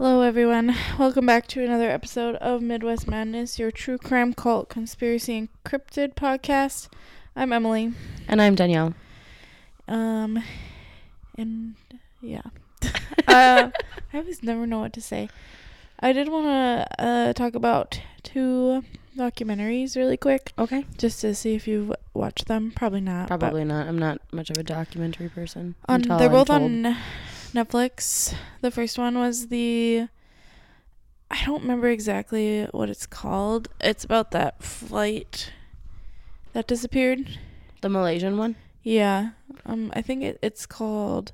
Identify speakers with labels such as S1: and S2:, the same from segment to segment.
S1: everyone. Welcome back to another episode of Midwest Madness, your true crime, cult, conspiracy, and cryptid podcast. I'm Emily.
S2: And I'm Danielle.
S1: Um, and yeah, uh, I always never know what to say. I did want to uh, talk about two documentaries really quick,
S2: Okay.
S1: just to see if you've watched them. Probably not. but
S2: Probably not. I'm not much of a documentary person.
S1: On
S2: until
S1: they're
S2: I'm
S1: both
S2: told.
S1: on Netflix. The first one was the I don't remember exactly what it's called. It's about that flight that disappeared.
S2: the Malaysian one.
S1: Yeah. Um I think it, it's called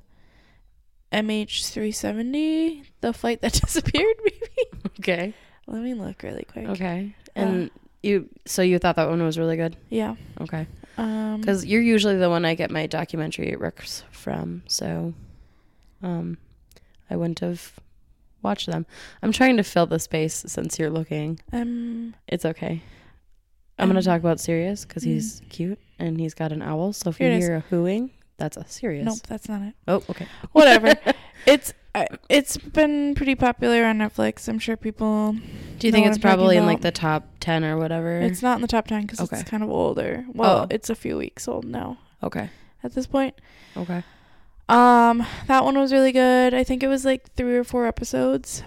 S1: MH370, the flight that disappeared maybe.
S2: Okay.
S1: Let me look really quick.
S2: Okay. And you, so you thought that one was really good?
S1: Yeah.
S2: Okay.
S1: Um
S2: Because you're usually the one I get my documentary recs from, so um, I wouldn't have watched them. I'm trying to fill the space since you're looking.
S1: um
S2: It's okay. I'm gonna
S1: Um,
S2: talk about Sirius because he's cute and he's got an owl. So if you
S1: Here it is.
S2: hear a hooing, that's a Sirius.
S1: nope, that's not it.
S2: Oh, okay.
S1: Whatever. it's I, it's been pretty popular on Netflix. I'm sure people
S2: Do you
S1: know what
S2: think it's
S1: I'm talking
S2: probably in like
S1: about.
S2: the top ten or whatever?
S1: It's not in the top 10 because
S2: Okay.
S1: it's kind of older. Well,
S2: Oh.
S1: it's a few weeks old now
S2: okay.
S1: at this point.
S2: Okay.
S1: Um, that one was really good. I think it was like three or four episodes.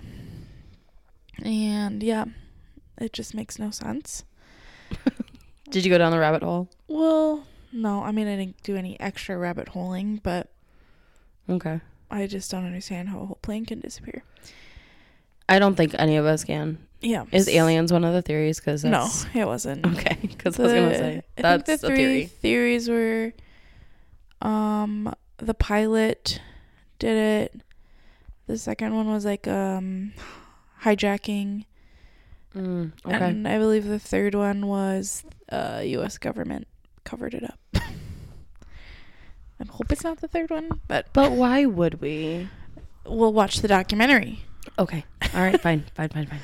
S1: And yeah, it just makes no sense.
S2: Did you go down the rabbit hole?
S1: Well, no, I mean, I didn't do any extra rabbit holing, but
S2: Okay.
S1: I just don't understand how a whole plane can disappear.
S2: I don't think any of us can.
S1: Yeah.
S2: Is aliens one of the theories? Because
S1: No, it wasn't.
S2: Okay, because I was gonna
S1: The-
S2: say
S1: I think
S2: that's
S1: the
S2: a
S1: three
S2: theory.
S1: theories were, um, the pilot did it. The second one was like um, hijacking,
S2: Mm, okay.
S1: and I believe the third one was uh, U.S. government covered it up. I hope it's not the third one, but
S2: but why would we?
S1: we'll watch the documentary.
S2: Okay. All right. Fine. Fine. Fine. Fine.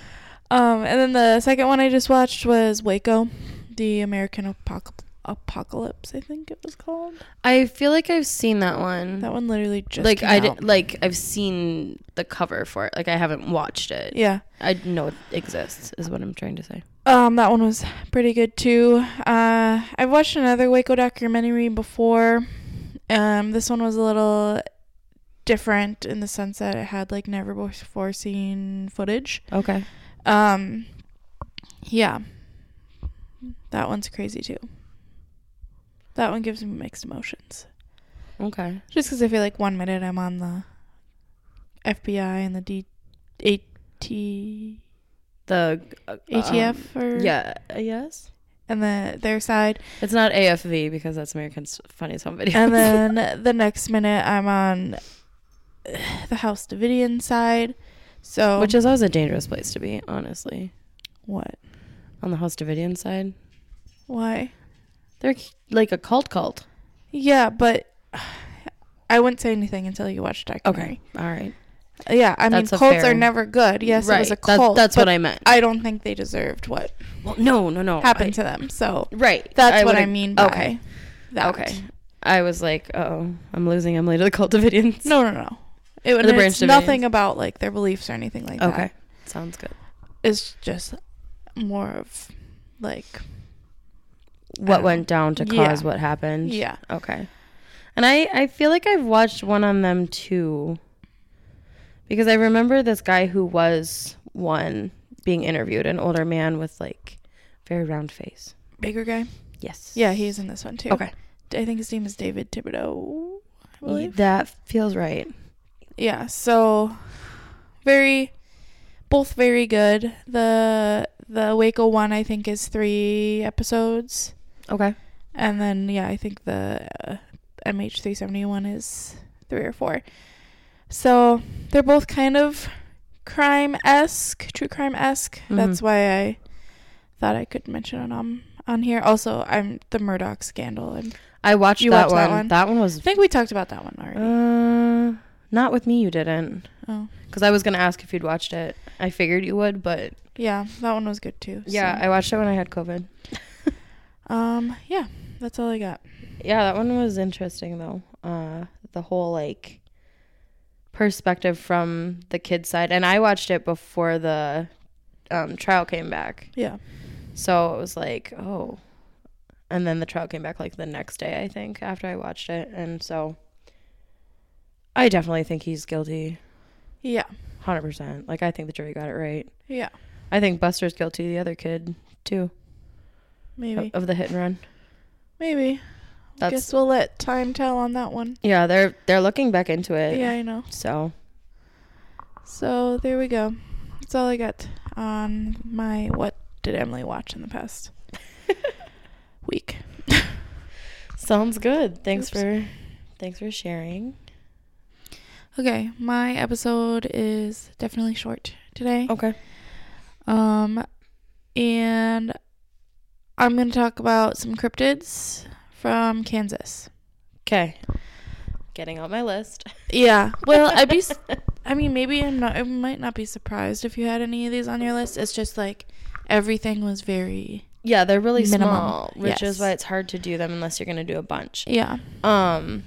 S1: Um, and then the second one I just watched was Waco, the American apoc- apocalypse. I think it was called.
S2: I feel like I've seen that one.
S1: That one literally just
S2: Mm. like
S1: came
S2: I
S1: out.
S2: did, like I've seen the cover for it. Like I haven't watched it.
S1: Yeah.
S2: I know it exists. Is what I'm trying to say.
S1: Um, that one was pretty good too. Uh, I've watched another Waco documentary before. Um, this one was a little different in the sense that it had like never before seen footage.
S2: Okay.
S1: Um, yeah, that one's crazy too. That one gives me mixed emotions.
S2: Okay.
S1: Just because I feel like one minute I'm on the FBI and the D, AT,
S2: The uh,
S1: ATF
S2: um,
S1: or
S2: yeah. uh, Yes.
S1: and the their side.
S2: It's not AFV because that's Americans Funniest Home Videos.
S1: and then the next minute I'm on the House Davidian side. So
S2: which is always a dangerous place to be, honestly.
S1: what?
S2: On the House Davidian side,
S1: Why?
S2: they're like a cult cult.
S1: Yeah, but I wouldn't say anything until you watch the documentary.
S2: All right.
S1: Okay. Yeah, I
S2: That's a
S1: mean cults
S2: fair-
S1: are never good. Yes, it was a
S2: Right. That-
S1: cult.
S2: that's what
S1: but
S2: I meant.
S1: I don't think they deserved what
S2: Well, no, no, no.
S1: happened
S2: I-
S1: to them. So
S2: right.
S1: that's what
S2: would've-
S1: I mean by
S2: Okay.
S1: that.
S2: Okay. I was like, oh, I'm losing Emily to the cult Davidians.
S1: No, no, no. It would
S2: the
S1: it's
S2: Branch
S1: nothing
S2: Davidians.
S1: about like their beliefs or anything like that.
S2: Okay. Sounds good.
S1: It's just more of like
S2: What
S1: know.
S2: went down to
S1: Oh. Yeah.
S2: cause what happened?
S1: yeah.
S2: Okay. And I, I feel like I've watched one on them too. Because I remember this guy who was one being interviewed, an older man with like very round face.
S1: Bigger guy.
S2: Yes.
S1: Yeah, he's in this one too.
S2: Okay.
S1: I think his name is David Thibodeau. I believe.
S2: That feels right.
S1: Yeah, so very both very good. The the Waco one I think is 3 episodes.
S2: Okay.
S1: And then yeah, I think the uh, MH371 is 3 or 4. So, they're both kind of crime-esque, true crime-esque. That's
S2: Mhm.
S1: why I thought I could mention it on on here. Also, I'm the Murdoch scandal. I'm,
S2: I watched,
S1: You
S2: that,
S1: watched that
S2: one.
S1: one?
S2: That one was
S1: I think we talked about that one already.
S2: uh, not with me. You didn't.
S1: Oh.
S2: Because I was gonna ask if you'd watched it. I figured you would, but
S1: Yeah, that one was good too.
S2: yeah, I watched it when I had COVID.
S1: I- um, yeah, that's all I got.
S2: Yeah, that one was interesting though. Uh, the whole like perspective from the kid's side. And I watched it before the um, trial came back.
S1: Yeah.
S2: So it was like, oh. And then the trial came back like the next day, I think, after I watched it. And so I definitely think he's guilty.
S1: Yeah.
S2: 100%. Like, I think the jury got it right.
S1: Yeah.
S2: I think Buster's guilty, the other kid, too,
S1: Maybe.
S2: of, of the hit and run.
S1: Maybe. I
S2: Oh. That's
S1: Guess we'll let time tell on that one.
S2: yeah, they're they're looking back into it.
S1: Yeah, I know.
S2: So
S1: So there we go. That's all I got on my what did Emily watch in the past week.
S2: sounds good. Thanks
S1: Oops.
S2: for thanks for sharing.
S1: Okay, my episode is definitely short today.
S2: Okay.
S1: Um, and I'm going to talk about some cryptids from Kansas.
S2: Okay. Getting out my list.
S1: Yeah. Well, I'd be. s- I mean, maybe I'm not. I might not be surprised if you had any of these on your list. It's just like everything was very.
S2: Yeah, they're really
S1: Minimum,
S2: small,
S1: yes.
S2: which is why it's hard to do them unless you're going to do a bunch.
S1: Yeah.
S2: Um,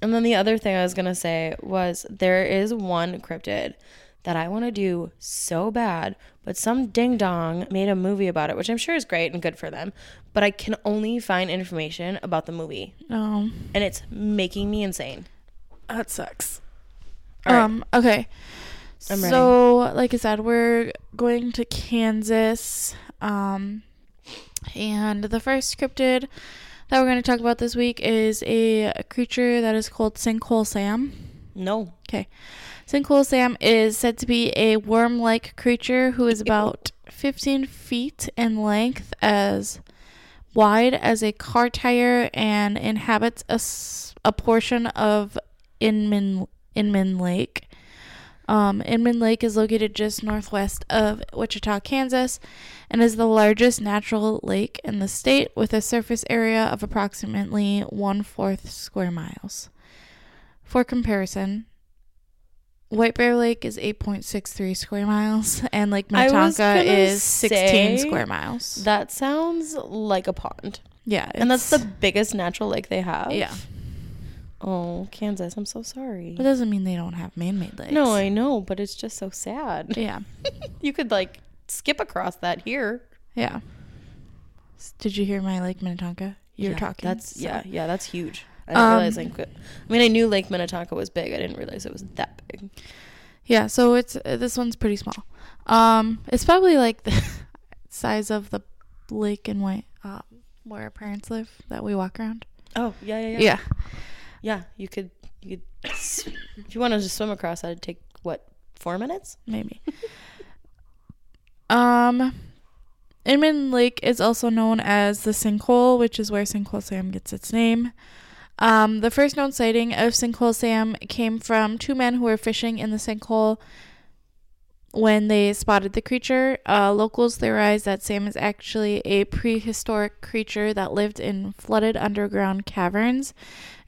S2: and then the other thing I was gonna say was there is one cryptid that I want to do so bad, but some ding dong made a movie about it, which I'm sure is great and good for them. But I can only find information about the movie,
S1: Um,
S2: and it's making me insane.
S1: that sucks.
S2: All right.
S1: Um. Okay.
S2: I'm ready.
S1: so, like I said, we're going to Kansas. Um, and the first cryptid that we're going to talk about this week is a creature that is called Sinkhole Sam.
S2: No,
S1: Okay. Sinkhole Sam is said to be a worm like creature who is about 15 feet in length, as wide as a car tire, and inhabits a, s- a portion of Inman, Inman Lake. Um, Inman Lake is located just northwest of Wichita, Kansas, and is the largest natural lake in the state with a surface area of approximately one fourth square miles. For comparison, White Bear Lake is 8.63 square miles, and Lake
S2: I was
S1: Minnetonka
S2: gonna
S1: is 16
S2: say
S1: square miles.
S2: that sounds like a pond,
S1: yeah.
S2: and that's the
S1: it's-
S2: biggest natural lake they have.
S1: Yeah.
S2: Oh, Kansas, I'm so sorry.
S1: It doesn't mean they don't have man made lakes.
S2: No, I know, but it's just so sad.
S1: Yeah.
S2: You could like skip across that here.
S1: Yeah. S- Did you hear my Lake Minnetonka? You're
S2: Yeah,
S1: talking.
S2: That's
S1: so-
S2: yeah, yeah. That's huge. I didn't
S1: Um,
S2: realize Lake. Win- I mean, I knew Lake Minnetonka was big. I didn't realize it was that big.
S1: Yeah, so it's uh, this one's pretty small. Um, it's probably like the size of the lake in White, uh, where our parents live that we walk around.
S2: Oh yeah, yeah, yeah.
S1: Yeah,
S2: Yeah, you could you could s- if you wanted to swim across, that'd take what four minutes?
S1: maybe. um, Inman Lake is also known as the Sinkhole, which is where Sinkhole Sam gets its name. Um, the first known sighting of Sinkhole Sam came from two men who were fishing in the sinkhole when they spotted the creature. Uh, locals theorized that Sam is actually a prehistoric creature that lived in flooded underground caverns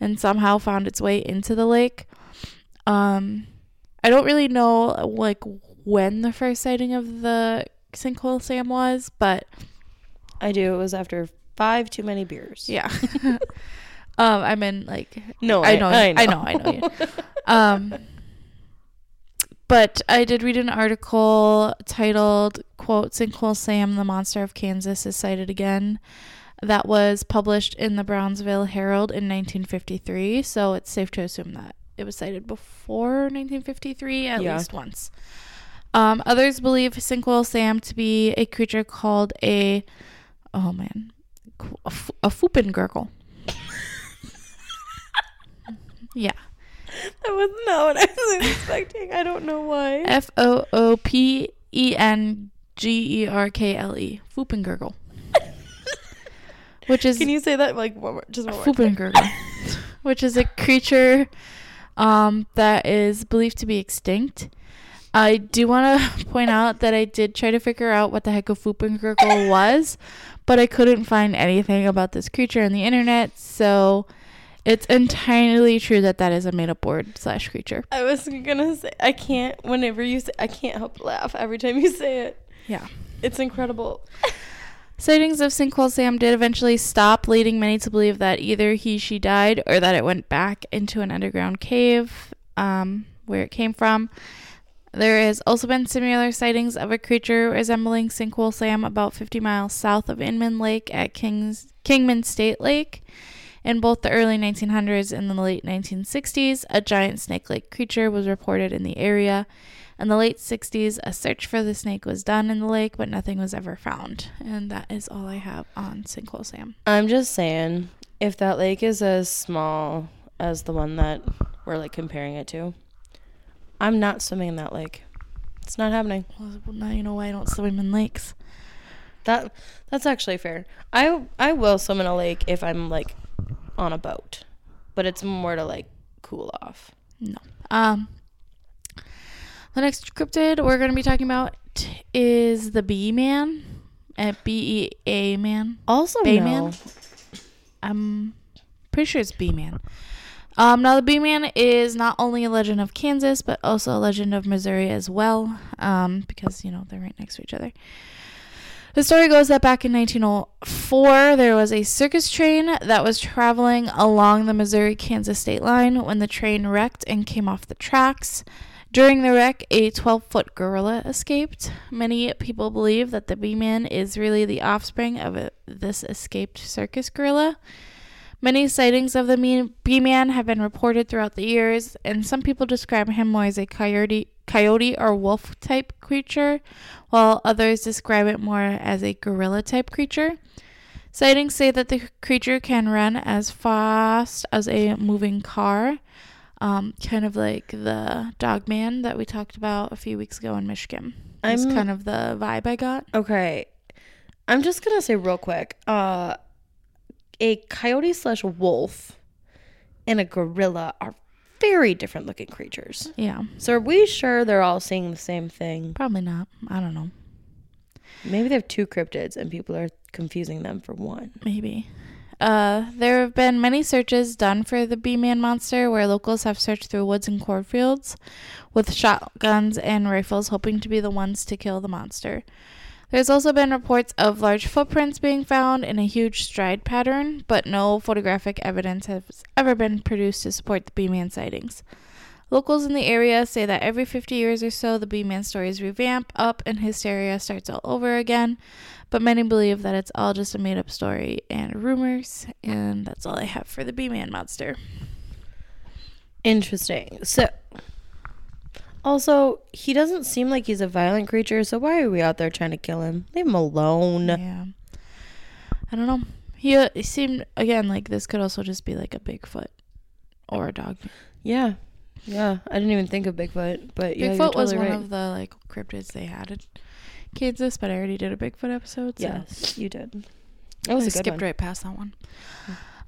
S1: and somehow found its way into the lake. Um, I don't really know like when the first sighting of the sinkhole Sam was, but
S2: I do. It was after five too many beers.
S1: yeah. um, I mean, like
S2: No,
S1: I know, I know, I know, you. um, but I did read an article titled "Quote Sinkhole Sam: The Monster of Kansas is Sighted Again," that was published in the Brownsville Herald in 1953. So it's safe to assume that it was cited before 1953 at
S2: Yeah.
S1: least once. Um, others believe Sinkhole Sam to be a creature called a oh man qu- a, f- a foopengurgle. yeah.
S2: that was not what I was expecting. I don't know why.
S1: F O O P E N G E R K L E. Foopengurgle. Which is
S2: Can you say that like one more? Just one more.
S1: Foopengurgle. which is a creature um, that is believed to be extinct. I do want to point out that I did try to figure out what the heck a Foopengurgle was, but I couldn't find anything about this creature on the internet, so it's entirely true that that is a made up word slash creature.
S2: I was gonna say I can't. Whenever you say, I can't help laugh every time you say it.
S1: Yeah.
S2: It's incredible.
S1: Sightings of Sinkhole Sam did eventually stop, leading many to believe that either he she died or that it went back into an underground cave. Um, where it came from. There has also been similar sightings of a creature resembling Sinkhole Sam about 50 miles south of Inman Lake at King's, Kingman State Lake. In both the early 1900s and the late 1960s, a giant snake like creature was reported in the area. In the late 60s, a search for the snake was done in the lake, but nothing was ever found. And that is all I have on Sinkhole Sam.
S2: I'm just saying, if that lake is as small as the one that we're like comparing it to, I'm not swimming in that lake. It's not happening.
S1: Well, now you know why I don't swim in lakes.
S2: That that's actually fair. I I will swim in a lake if I'm like on a boat, but it's more to like cool off.
S1: No. Um, the next cryptid we're going to be talking about is the Bee Man, uh, B E A Man.
S2: Also,
S1: Bay
S2: no.
S1: Man? I'm pretty sure it's Bee Man. Um, now the Bee Man is not only a legend of Kansas, but also a legend of Missouri as well, um, because you know they're right next to each other. The story goes that back in 1904, there was a circus train that was traveling along the Missouri Kansas state line when the train wrecked and came off the tracks. During the wreck, a 12 foot gorilla escaped. Many people believe that the Bee Man is really the offspring of a, this escaped circus gorilla. Many sightings of the mean- bee man have been reported throughout the years, and some people describe him more as a coyote, coyote or wolf type creature, while others describe it more as a gorilla type creature. Sightings say that the creature can run as fast as a moving car, um, kind of like the dog man that we talked about a few weeks ago in Michigan. That's
S2: I'm-
S1: kind of the vibe I got.
S2: Okay. I'm just gonna say real quick, uh a coyote slash wolf and a gorilla are very different looking creatures.
S1: Yeah,
S2: So are we sure they're all seeing the same thing?
S1: probably not. I don't know.
S2: Maybe they have two cryptids and people are confusing them for one.
S1: Maybe. Uh, there have been many searches done for the Bee Man monster where locals have searched through woods and cornfields with shotguns and rifles, hoping to be the ones to kill the monster. There's also been reports of large footprints being found in a huge stride pattern, but no photographic evidence has ever been produced to support the Bee Man sightings. Locals in the area say that every 50 years or so, the Bee Man stories revamp up and hysteria starts all over again, but many believe that it's all just a made up story and rumors, and that's all I have for the Bee Man monster.
S2: Interesting. So also, he doesn't seem like he's a violent creature, so why are we out there trying to kill him? Leave him alone.
S1: Yeah. I don't know. He, uh, he seemed, again, like this could also just be like a Bigfoot or a dog.
S2: Yeah. Yeah. I didn't even think of Bigfoot, but yeah,
S1: Bigfoot
S2: you're
S1: was
S2: totally
S1: one
S2: right.
S1: of the like cryptids they had in Kansas, but I already did a Bigfoot episode. So.
S2: Yes, you did. That was
S1: I
S2: a good
S1: skipped
S2: one. Hmm.
S1: right past that one.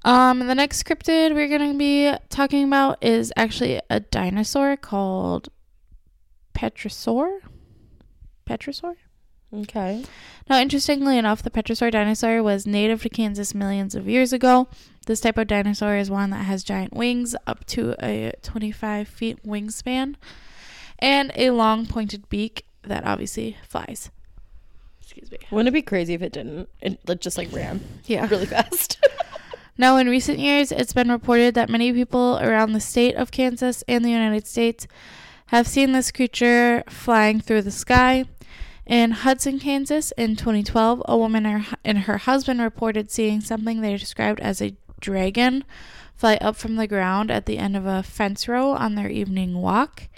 S1: Um, the next cryptid we're going to be talking about is actually a dinosaur called Petrosaur. Petrosaur?
S2: Okay.
S1: Now, interestingly enough, the Petrosaur dinosaur was native to Kansas millions of years ago. This type of dinosaur is one that has giant wings, up to a 25 feet wingspan, and a long pointed beak that obviously flies. Excuse me.
S2: Wouldn't it be crazy if it didn't? It like, just like ran
S1: Yeah.
S2: really fast.
S1: Now, in recent years, it's been reported that many people around the state of Kansas and the United States have seen this creature flying through the sky. In Hudson, Kansas, in 2012, a woman and her- and her husband reported seeing something they described as a dragon fly up from the ground at the end of a fence row on their evening walk.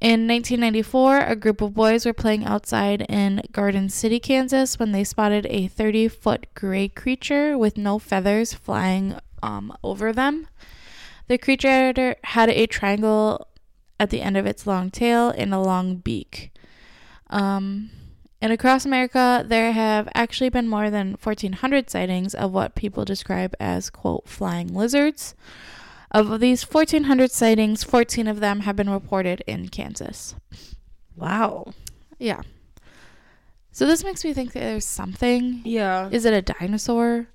S1: In 1994, a group of boys were playing outside in Garden City, Kansas, when they spotted a 30 foot gray creature with no feathers flying um, over them. The creature had a- had a triangle at the end of its long tail and a long beak. Um, and across America, there have actually been more than 1,400 sightings of what people describe as, quote, flying lizards. Of these 1,400 sightings, 14 of them have been reported in Kansas.
S2: wow.
S1: Yeah. So this makes me think that there's something.
S2: Yeah.
S1: Is it a dinosaur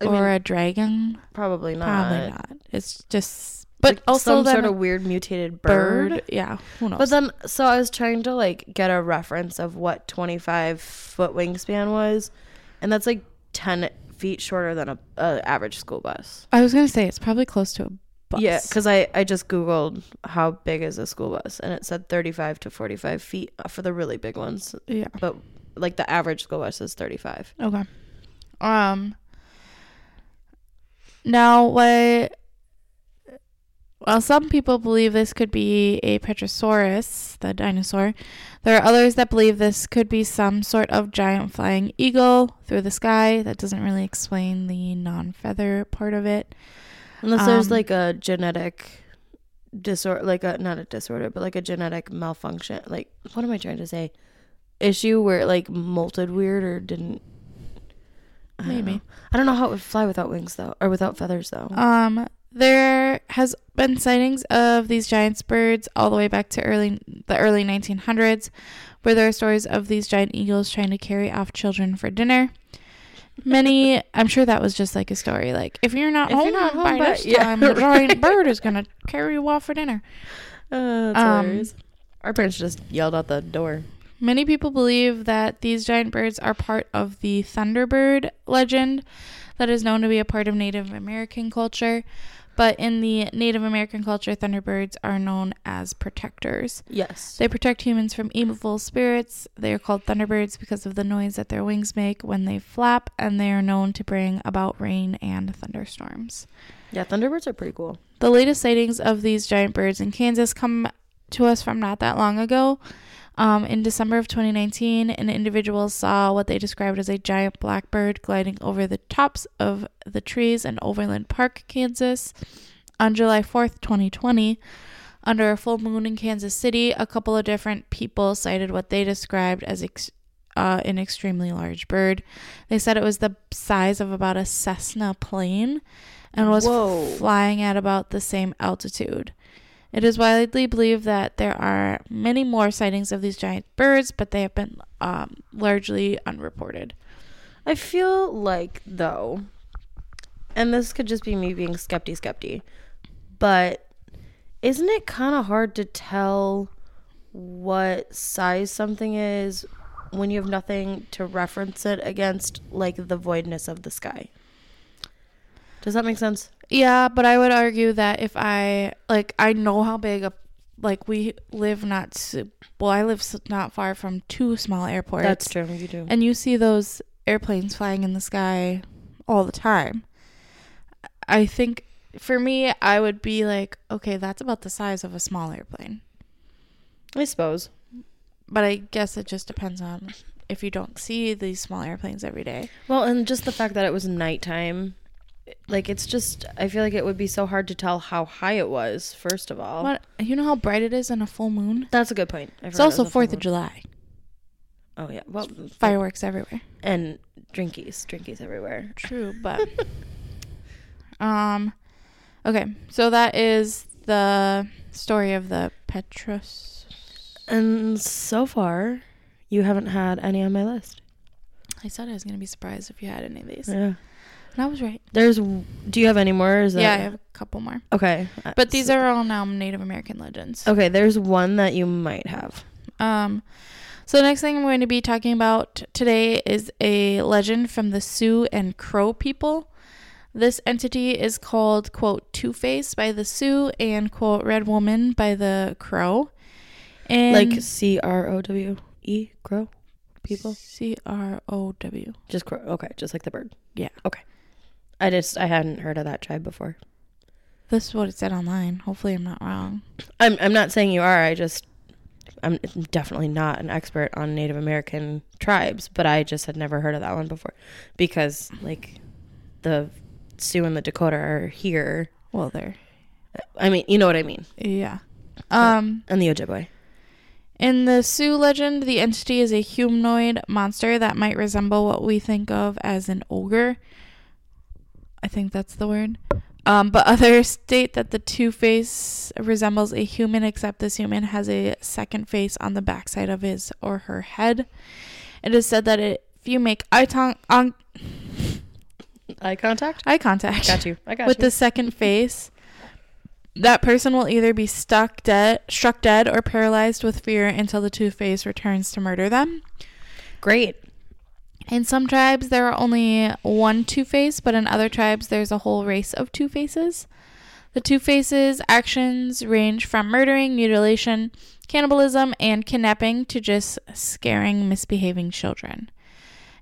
S2: I
S1: or
S2: mean,
S1: a dragon?
S2: probably not.
S1: Probably not. It's just, but
S2: Like,
S1: also
S2: some
S1: then
S2: sort
S1: a
S2: of weird mutated bird.
S1: bird. Yeah. Who knows?
S2: But then, so I was trying to like get a reference of what 25 foot wingspan was, and that's like 10 feet shorter than a, a average school bus.
S1: I was gonna say it's probably close to a bus.
S2: Yeah, because I, I just Googled how big is a school bus, and it said 35 to 45 feet uh, for the really big ones.
S1: yeah.
S2: But like the average school bus is 35.
S1: Okay. Um. Now, what? Well, some people believe this could be a Petrosaurus, the dinosaur. There are others that believe this could be some sort of giant flying eagle through the sky. That doesn't really explain the non feather part of it.
S2: Unless there's
S1: Um,
S2: like a genetic disorder, like a, not a disorder, but like a genetic malfunction. Like, what am I trying to say? Issue where it like molted weird or didn't. I don't
S1: Maybe.
S2: know. I don't know how it would fly without wings though, or without feathers though.
S1: Um, there has been sightings of these giant birds all the way back to early the early 1900s, where there are stories of these giant eagles trying to carry off children for dinner. Many, I'm sure that was just like a story. Like, if you're not
S2: If
S1: home
S2: you're not
S1: by
S2: home by-
S1: this
S2: yeah,
S1: time, the giant
S2: right.
S1: bird is gonna carry you off for dinner.
S2: Uh,
S1: Um,
S2: Our parents just yelled out the door.
S1: Many people believe that these giant birds are part of the Thunderbird legend that is known to be a part of Native American culture. But in the Native American culture, Thunderbirds are known as protectors.
S2: Yes.
S1: They protect humans from evil spirits. They are called Thunderbirds because of the noise that their wings make when they flap, and they are known to bring about rain and thunderstorms.
S2: yeah, Thunderbirds are pretty cool.
S1: The latest sightings of these giant birds in Kansas come to us from not that long ago. Um, in December of 2019, an individual saw what they described as a giant blackbird gliding over the tops of the trees in Overland Park, Kansas. On July 4th, 2020, under a full moon in Kansas City, a couple of different people cited what they described as ex- uh, an extremely large bird. They said it was the size of about a Cessna plane and was
S2: Whoa.
S1: flying at about the same altitude. It is widely believed that there are many more sightings of these giant birds, but they have been um, largely unreported.
S2: I feel like though, and this could just be me being skepti skepti, but isn't it kind of hard to tell what size something is when you have nothing to reference it against, like the voidness of the sky? Does that make sense?
S1: Yeah, but I would argue that if I like, I know how big a like we live not s- well, I live s- not far from two small airports.
S2: true. You do.
S1: And you see those airplanes flying in the sky all the time. I think for me, I would be like, okay, that's about the size of a small airplane.
S2: I suppose.
S1: But I guess it just depends on if you don't see these small airplanes every day.
S2: Well, and just the fact that it was nighttime, like it's just I feel like it would be so hard to tell how high it was. First of all,
S1: What you know how bright it is in a full moon?
S2: that's a good point. I
S1: It's
S2: forgot
S1: also
S2: it was a full
S1: Fourth of
S2: moon.
S1: July.
S2: Oh yeah, well,
S1: Fireworks everywhere.
S2: and drinkies, drinkies everywhere.
S1: True, but um okay, so that is the story of the Petrus.
S2: And so far, you haven't had any on my list.
S1: I said I was going to be surprised if you had any of these.
S2: Yeah,
S1: And I was right.
S2: there's. Do you have any more? Or is
S1: yeah, I
S2: that-
S1: have a couple more.
S2: Okay,
S1: But these are all now Native American legends.
S2: okay. There's one that you might have.
S1: Um, so the next thing I'm going to be talking about today is a legend from the Sioux and Crow people. This entity is called quote Two Face by the Sioux and quote Red Woman by the Crow. And
S2: like C R O W E crow people.
S1: C R O W.
S2: Just crow. Okay, just like the bird.
S1: Yeah.
S2: Okay. I just I hadn't heard of that tribe before.
S1: This is what it said online. Hopefully I'm not wrong.
S2: I'm I'm not saying you are. I just I'm definitely not an expert on Native American tribes, but I just had never heard of that one before because like the Sioux and the Dakota are here.
S1: Well there.
S2: I mean, you know what I mean.
S1: Yeah. Um
S2: And the Ojibwe.
S1: In the Sioux legend, the entity is a humanoid monster that might resemble what we think of as an ogre. I think that's the word. Um, but others state that the two face resembles a human, except this human has a second face on the backside of his or her head. It is said that it, if you make eye, ton- on-
S2: Eye contact.
S1: eye contact
S2: Got you. I got
S1: with
S2: you.
S1: the second face, that person will either be stuck dead, struck dead, or paralyzed with fear until the Two Face returns to murder them.
S2: Great.
S1: In some tribes, there are only one Two Face, but in other tribes, there's a whole race of Two Faces. The Two Faces' actions range from murdering, mutilation, cannibalism, and kidnapping to just scaring misbehaving children.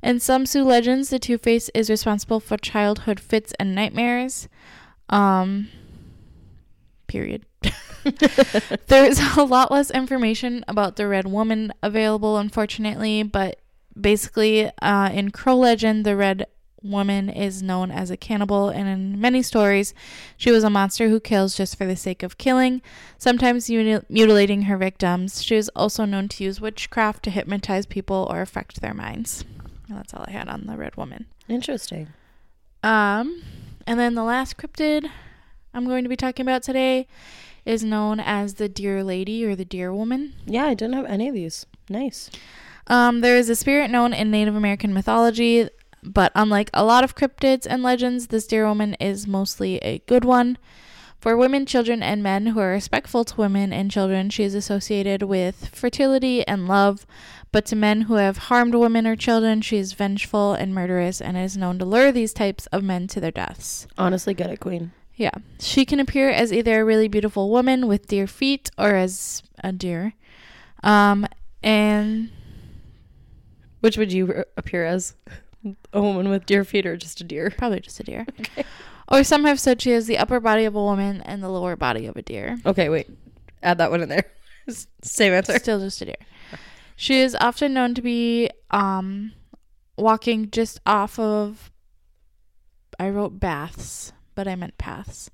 S1: In some Sioux legends, the Two Face is responsible for childhood fits and nightmares. Um, period. there is a lot less information about the Red Woman available, unfortunately, but basically, uh, in Crow legend, the Red Woman is known as a cannibal, and in many stories, she was a monster who kills just for the sake of killing, sometimes uni- mutilating her victims. She is also known to use witchcraft to hypnotize people or affect their minds. And that's all I had on the Red Woman.
S2: Interesting.
S1: Um, and then the last cryptid I'm going to be talking about today is known as the Deer Lady or the Deer Woman.
S2: Yeah, I didn't have any of these. Nice.
S1: Um, there is a spirit known in Native American mythology, but unlike a lot of cryptids and legends, this deer woman is mostly a good one. For women, children, and men who are respectful to women and children, she is associated with fertility and love. But to men who have harmed women or children, she is vengeful and murderous and is known to lure these types of men to their deaths.
S2: Honestly, get it, Queen.
S1: Yeah. She can appear as either a really beautiful woman with deer feet or as a deer. Um, and
S2: Which would you r- appear as? A woman with deer feet or just a deer?
S1: probably just a deer. Or some have said she has the upper body of a woman and the lower body of a deer.
S2: Okay, wait. Add that one in there. Same answer.
S1: Still just a deer. She is often known to be um, walking just off of. I wrote baths, but I meant paths.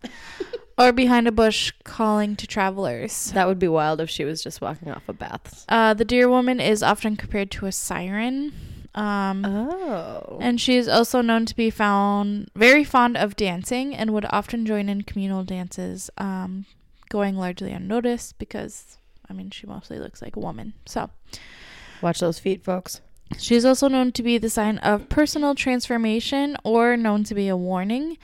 S1: or behind a bush calling to travelers.
S2: That would be wild if she was just walking off a bath.
S1: Uh, the deer woman is often compared to a siren. Um,
S2: Oh.
S1: And she is also known to be found very fond of dancing and would often join in communal dances, um, going largely unnoticed because, I mean, she mostly looks like a woman. So
S2: Watch those feet, folks.
S1: she is also known to be the sign of personal transformation or known to be a warning.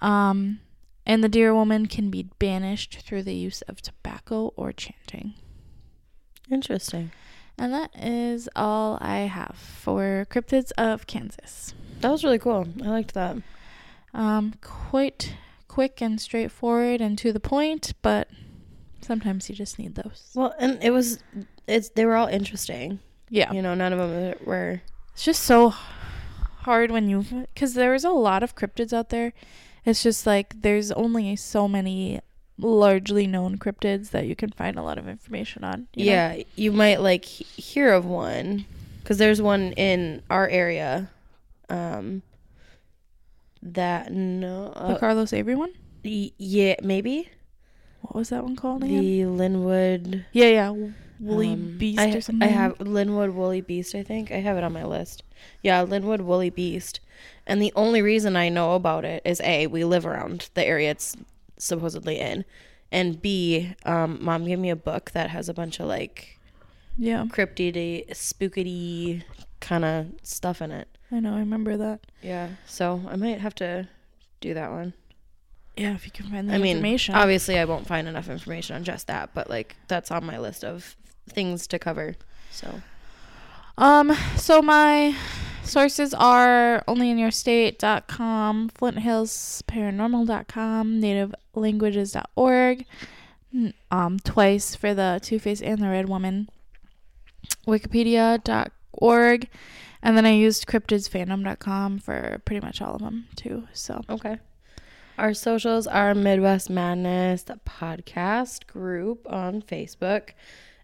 S1: Um, and the deer woman can be banished through the use of tobacco or chanting.
S2: Interesting.
S1: And that is all I have for cryptids of Kansas.
S2: That was really cool. I liked that.
S1: um, quite quick and straightforward and to the point, but sometimes you just need those.
S2: Well, and it was, it's they were all interesting.
S1: Yeah.
S2: You know, none of them were.
S1: It's just so h- hard when you, because there's a lot of cryptids out there. It's just like there's only so many largely known cryptids that you can find a lot of information on. you know?
S2: Yeah, you might like he- hear of one because there's one in our area. Um, that no,
S1: The Carlos Avery one?
S2: y- yeah, maybe
S1: What was that one called again?
S2: the Linwood
S1: yeah, yeah. w- Woolly
S2: um,
S1: Beast
S2: I,
S1: or something.
S2: I have Linwood Woolly Beast. I think I have it on my list. Yeah, Linwood Woolly Beast. And the only reason I know about it is a we live around the area it's supposedly in, and b um, mom gave me a book that has a bunch of like
S1: Yeah.
S2: cryptidy, spookity kind of stuff in it.
S1: I know. I remember that.
S2: Yeah. So I might have to do that one.
S1: Yeah, if you can find the
S2: I mean,
S1: information.
S2: obviously, I won't find enough information on just that, but like that's on my list of things to cover. So
S1: Um, so my sources are onlyinyourstate.com, flinthillsparanormal.com, nativelanguages.org, n- um, twice for the Two Face and the Red Woman, wikipedia.org, and then I used cryptidsfandom.com for pretty much all of them too. So
S2: Okay. Our socials are Midwest Madness Podcast group on Facebook,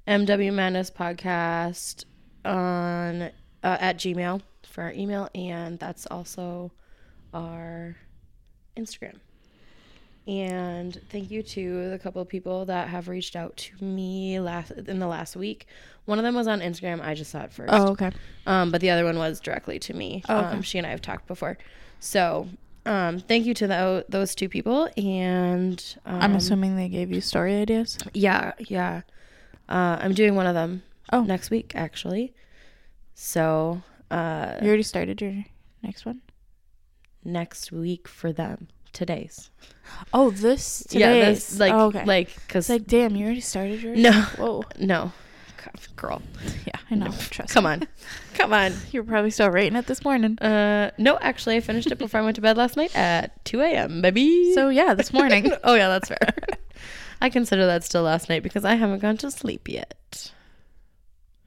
S2: MW Madness Podcast on uh, at Gmail for our email, and that's also our Instagram. And thank you to the couple of people that have reached out to me last in the last week. One of them was on Instagram. I just saw it first.
S1: oh okay,
S2: Um, but the other one was directly to me.
S1: Oh, okay.
S2: Um, she and I have talked before. So um, thank you to tho- those two people. And um, uh,
S1: I'm assuming they gave you story ideas.
S2: yeah, yeah. Uh, I'm doing one of them
S1: Oh.
S2: next week, actually. So uh,
S1: You already started your next one.
S2: next week for them. Today's.
S1: Oh, this
S2: Yeah,
S1: today,
S2: this, like,
S1: oh, okay.
S2: like,
S1: it's
S2: cause
S1: like damn, you already started yours.
S2: no,
S1: Whoa.
S2: no, girl.
S1: Yeah, I know. Trust
S2: Come on. Come on.
S1: You're probably still rating it this morning.
S2: Uh, no, actually, I finished it before I went to bed last night at 2 a.m., baby.
S1: So yeah, this morning.
S2: oh, yeah, that's fair. I consider that still last night because I haven't gone to sleep yet.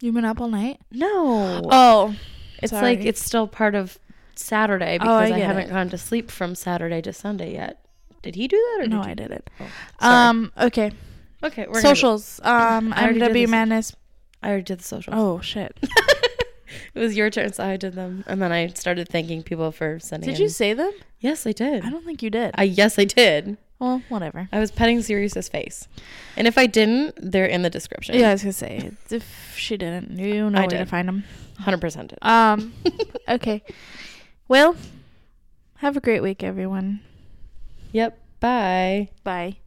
S1: You've been up all night?
S2: No.
S1: Oh.
S2: it's
S1: sorry. Oh,
S2: like it's still part of Saturday because I,
S1: get it.
S2: haven't gone to sleep from Saturday to Sunday yet. Did he do that or
S1: No,
S2: did
S1: I did it.
S2: you?
S1: Um, okay.
S2: Oh, okay, we're social.
S1: Socials. Um
S2: I already
S1: I'm
S2: did
S1: W
S2: this.
S1: Madness.
S2: I already did the social.
S1: Oh shit.
S2: It was your turn, so I did them, and then I started thanking people for sending.
S1: Did you
S2: in-
S1: say them?
S2: Yes, I did.
S1: I don't think you did.
S2: I yes, I did.
S1: Well, whatever.
S2: I was petting Sirius's face, and if I didn't, they're in the description.
S1: Yeah, I was gonna say if she didn't, you know
S2: I
S1: where to
S2: did.
S1: find them.
S2: hundred percent.
S1: Um, okay. Well, have a great week, everyone.
S2: Yep. Bye.
S1: Bye.